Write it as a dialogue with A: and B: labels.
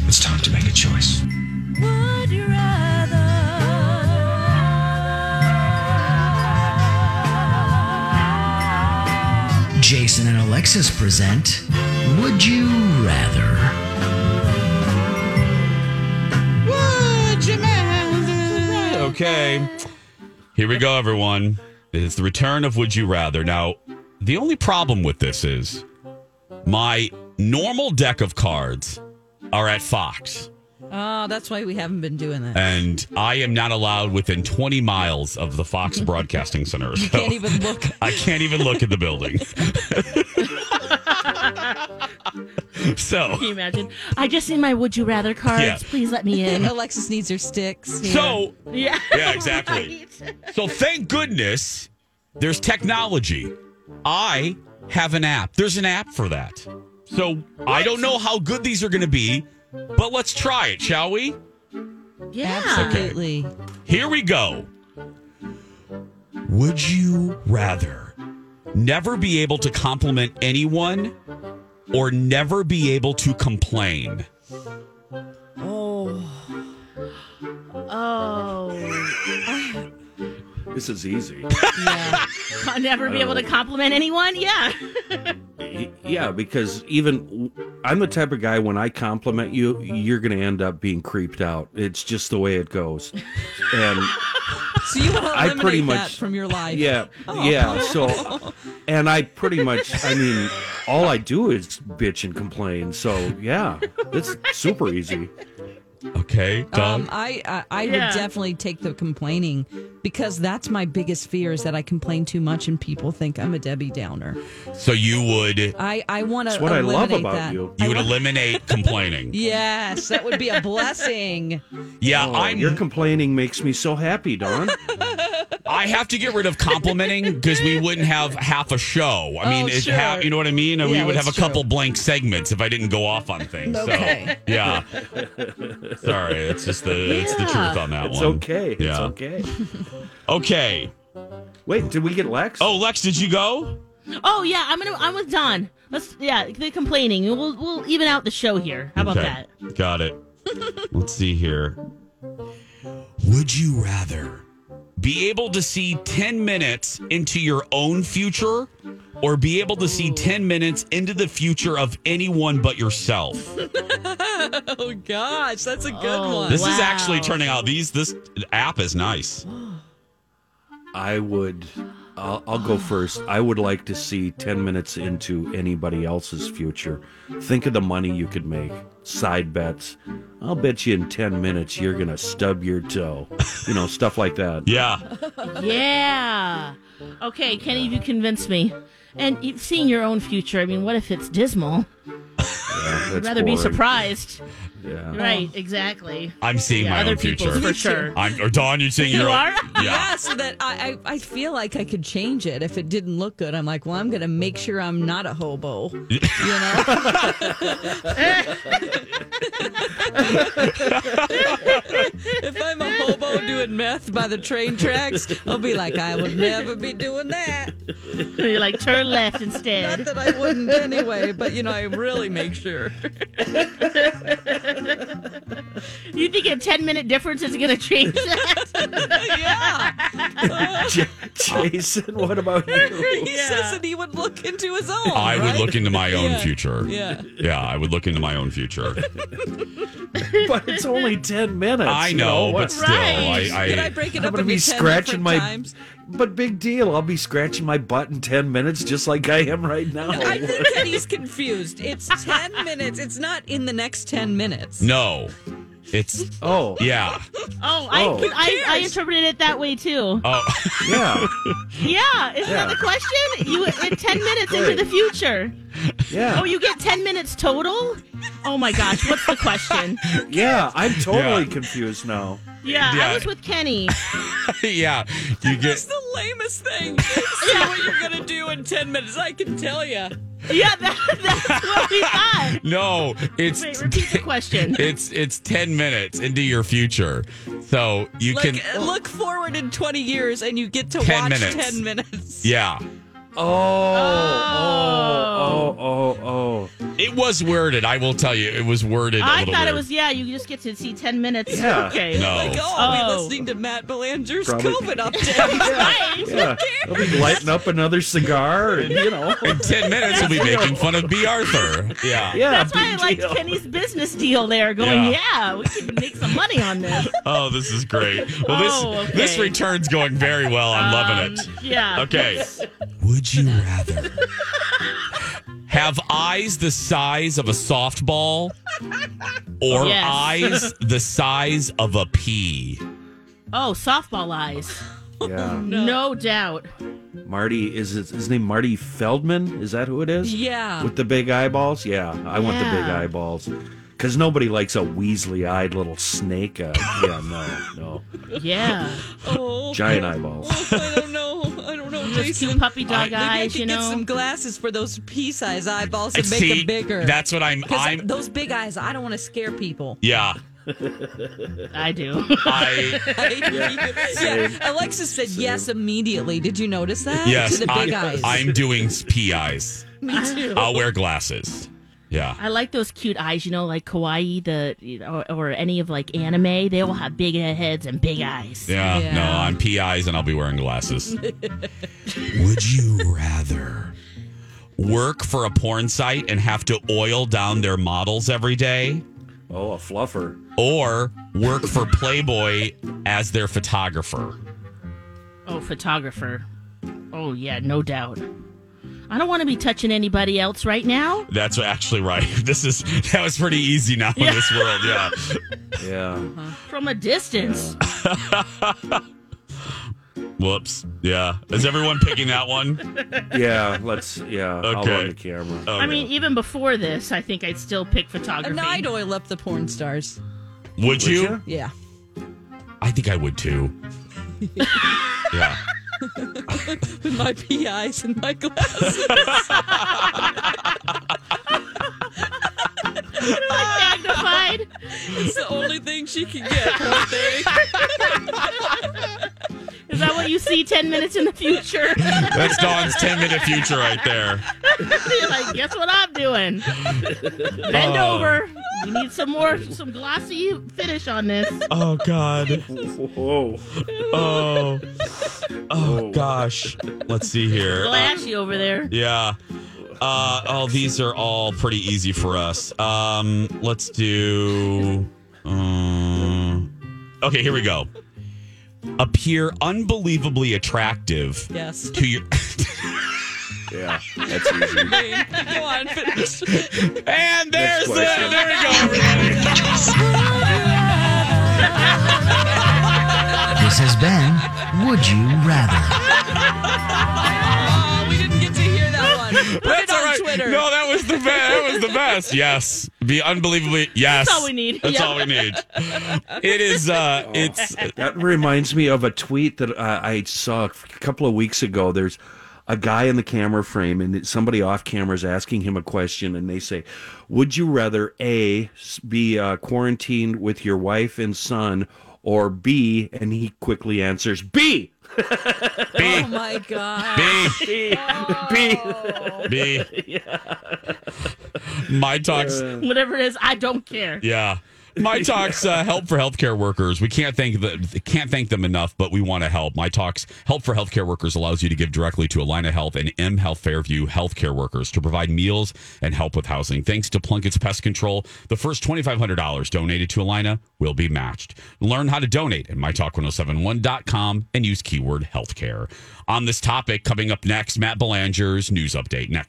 A: It's time to make a choice.
B: Would you rather?
C: Jason and Alexis present Would You Rather?
D: Okay. Here we go, everyone. It's the return of Would You Rather. Now, the only problem with this is my normal deck of cards are at Fox,
E: Oh, that's why we haven't been doing that.
D: and I am not allowed within 20 miles of the Fox Broadcasting Center. So
E: Can't e- even look.
D: I can't even look at the building. so,
F: Can you imagine? I just need my would you rather cards.
D: Yeah.
F: Please let me in.
E: Alexis needs her sticks.
D: so
F: yeah.
D: Yeah, exactly. So thank goodness there's technology. I have an app. There's an app for that. So I don't know how good these are going to be, but let's try it, shall we?
F: Yeah.
E: Absolutely.
D: Here we go. Would you rather never be able to compliment anyone or never be able to complain?
F: Oh.
G: This is easy.
E: Yeah.
F: I'll never be able to compliment anyone. Yeah.
G: Y- yeah, because even I'm the type of guy when I compliment you, you're going to end up being creeped out. It's just the way it goes. And
E: So you want to
G: I
E: eliminate
G: pretty
E: that
G: much-
E: from your life.
G: yeah, yeah. So, and I pretty much, I mean, all I do is bitch and complain. So, yeah, it's super easy.
D: Okay, Doug.
E: Um, I I, I
F: Yeah.
E: would definitely take the complaining because that's my biggest fear is that I complain too much and people think I'm a Debbie Downer.
D: so you would you
E: I I want to.
G: It's what I love about
E: that.
G: you.
D: would eliminate complaining.
E: Yes, that would be a blessing.
D: Yeah,
G: Oh,
D: I'm
G: your complaining makes me so happy, Don.
D: I have to get rid of complimenting because we wouldn't have half a show. I mean,
E: Oh,
D: it
E: sure.
D: ha- you know what I mean? we
E: Yeah,
D: would have a
E: that's
D: couple
E: true.
D: blank segments if I didn't go off on things.
E: Okay.
D: So, yeah. Sorry, it's just the it's the
F: Yeah.
D: truth on that
G: It's
D: one.
G: okay. It's
D: Yeah.
G: okay.
D: Okay.
G: Wait, did we get Lex?
D: Oh, Lex, did you go?
F: Oh yeah. I'm gonna. I'm with Don. Let's. Yeah. The complaining. We'll we'll even out the show here. How about that?
D: that? Got it. Let's see here. Would you rather be able to see 10 minutes into your own future or be able to see 10 minutes into the future of anyone but yourself?
E: Oh gosh, that's a good
F: Oh.
E: one.
D: This is
F: Wow.
D: actually turning out. These this app is nice.
G: I would. I'll, I'll go first. I would like to see 10 minutes into anybody else's future. Think of the money you could make. Side bets. I'll bet you in 10 minutes you're going to stub your toe. You know, stuff like that.
D: Yeah,
F: Yeah. Okay, Kenny, you convinced me. And you've seen your own future. I mean, what if it's dismal?
G: Yeah,
F: I'd
G: that's
F: rather be
G: boring.
F: surprised.
G: Yeah.
F: Right, exactly.
D: I'm seeing
F: Yeah,
D: my
F: other
D: own future.
F: people's for sure.
D: I'm or Dawn, you're seeing
F: You
D: your
F: are?
D: own. Yeah,
E: Yeah, so that I, I, I feel like I could change it if it didn't look good. I'm like, well, I'm gonna make sure I'm not a hobo. You know, if I'm a hobo doing meth by the train tracks, I'll be like, I would never be doing that.
F: You're like, turn left
E: Not
F: instead.
E: that I wouldn't anyway, but you know, I really make sure.
F: You think a 10 minute difference is going to change that?
E: yeah,
G: J- Jason, what about
E: he
G: you?
E: says that he would look into his own.
D: I would
E: right?
D: look into my own
E: Yeah.
D: future.
E: Yeah.
D: yeah, I would look into my own future.
G: But it's only 10 minutes.
D: I
G: you
D: know,
G: What-
D: but still,
F: Right.
D: I,
E: Can
D: I,
E: I break it
G: I'm
E: up
G: going to
E: into
G: be
E: 10
G: scratching
E: different
G: my.
E: times?
G: But big deal. I'll be scratching my butt in 10 minutes just like I am right now.
E: I think that he's confused. It's 10 minutes. It's not in the next 10 minutes.
D: no, it's
G: oh,
D: yeah.
F: Oh, I,
G: Oh.
F: I, I interpreted it that way too.
D: Oh,
G: yeah.
F: Yeah, isn't that
G: Yeah.
F: the question? You in 10 minutes into the future.
G: Yeah.
F: Oh, you get 10 minutes total? Oh my gosh, what's the question?
G: Yeah, I'm totally
D: Yeah.
G: confused now.
F: Yeah,
D: Yeah.
F: I was with Kenny.
D: yeah. You
E: That's
D: get
E: the lamest thing. See what you're going to do in 10 minutes. I can tell you.
F: Yeah, that, that's what we thought.
D: no. It's
F: Wait, repeat the question.
D: it's it's ten minutes into your future, so you
E: Like, uh,
D: can
E: look forward in 20 years and you get to
D: 10
E: watch
D: minutes.
E: 10 minutes.
D: yeah.
G: Oh, oh, oh, oh.
D: It was worded. I will tell you, it was worded. a
F: I
D: little
F: thought it
D: weird.
F: was yeah. You just get to see ten minutes.
G: Yeah.
F: Okay.
D: No.
E: Like, oh,
F: Oh.
E: we listening to Matt Belanger's
G: Probably-
E: COVID update.
F: Right.
G: Yeah. They'll be lighting up another cigar and, you know.
D: In 10 minutes, we'll be making fun of B. Arthur. Yeah.
G: Yeah.
F: That's why I
G: big
F: liked
G: deal.
F: Kenny's business deal there. Going,
D: Yeah.
F: yeah, we can make some money on this.
D: Oh, this is great. Well, this
F: Oh, okay. Um,
D: this return's going very well. I'm loving it.
F: Yeah.
D: Okay.
C: Would you rather?
D: Have eyes the size of a softball or
F: Yes.
D: eyes the size of a pea?
F: Oh, softball eyes.
G: Yeah.
F: No, doubt.
G: Marty, is his, his name Marty Feldman? Is that who it is?
E: Yeah.
G: With the big eyeballs? Yeah. I want the big
F: Yeah.
G: eyeballs. Because nobody likes a Weasley eyed little snake. Uh, yeah, no, no.
F: Yeah.
E: oh,
G: Giant eyeballs.
E: oh, I don't know. I don't know,
F: Just
E: Jason.
F: two puppy dog
E: Maybe I
F: eyes,
E: should
F: you
E: get
F: know.
E: some glasses for those pea-sized eyeballs and make
D: See,
E: them bigger.
D: That's what I'm.
E: 'Cause
D: I'm.
E: those big eyes, I don't want to scare people.
D: Yeah.
F: I do.
D: I.
E: yeah. Alexa said yes immediately. Did you notice that?
D: Yes.
E: to the big
D: I,
E: eyes.
D: I'm doing pea eyes.
E: Me too.
D: I'll wear glasses. Yeah.
F: I like those cute eyes, you know, like kawaii, the you know, or, or any of like anime. They all have big heads and big eyes.
D: Yeah,
E: Yeah.
D: no, I'm PIs and I'll be wearing glasses.
C: Would you rather?
D: Work for a porn site and have to oil down their models every day,
G: Oh, a fluffer.
D: or work for Playboy as their photographer.
F: Oh, photographer. Oh yeah, no doubt. I don't want to be touching anybody else right now.
D: That's actually right. This is that was pretty easy now in this world. Yeah,
G: Yeah.
F: From a distance.
D: Oh, whoops. Yeah, is everyone picking that one?
G: Yeah, let's. Yeah, I'll
D: Okay.
G: on the camera.
D: Oh,
F: I mean, even before this, I think I'd still pick photography.
E: No, I'd oil up the porn stars.
D: would, you?
G: ya?
E: Yeah.
D: I think I would too. yeah,
E: With my PIs and my glasses.
F: like magnified.
E: it's the only thing she can get. poor thing.
F: Is that what you see 10 minutes in the future?
D: that's Dawn's ten minute future right there.
F: You're like, guess what I'm doing? Bend
D: Oh.
F: over. We need some more, some glossy finish on this.
D: Oh God.
G: Whoa.
D: Oh. Oh gosh. Let's see here.
F: Little ashy over there.
D: Yeah. Uh, oh, these are all pretty easy for us. Um, let's do. um, okay, here we go. Appear unbelievably attractive
E: Yes.
D: to your.
G: Yeah, that's easy.
E: Go on, finish.
D: and there's the,
G: question.
D: there we go. everybody.
C: This has been Would You Rather?
E: Oh, we didn't get to hear that one. Put it
D: That's
E: on
D: all right.
E: Twitter.
D: No, that was the best. That was the best. Yes, be unbelievably. Yes,
F: all we need.
D: That's
F: Yeah.
D: all we need. It is. Uh, it's
G: That reminds me of a tweet that uh, I saw a couple of weeks ago. There's a guy in the camera frame, and somebody off camera is asking him a question, and they say, "Would you rather a s- be uh, quarantined with your wife and son, or b?" And he quickly answers, "B,
E: Oh my god.
D: B.
G: b, b."
D: B. My talks.
F: Whatever it is, I don't care.
D: Yeah. My talks uh, help for healthcare workers. We can't thank the can't thank them enough, but we want to help. My talks help for healthcare workers allows you to give directly to Alina Health and M Health Fairview healthcare workers to provide meals and help with housing. Thanks to Plunkett's Pest Control, the first twenty five hundred dollars donated to Alina will be matched. Learn how to donate at mytalk1071.com and use keyword healthcare. On this topic, coming up next, Matt Belanger's news update next.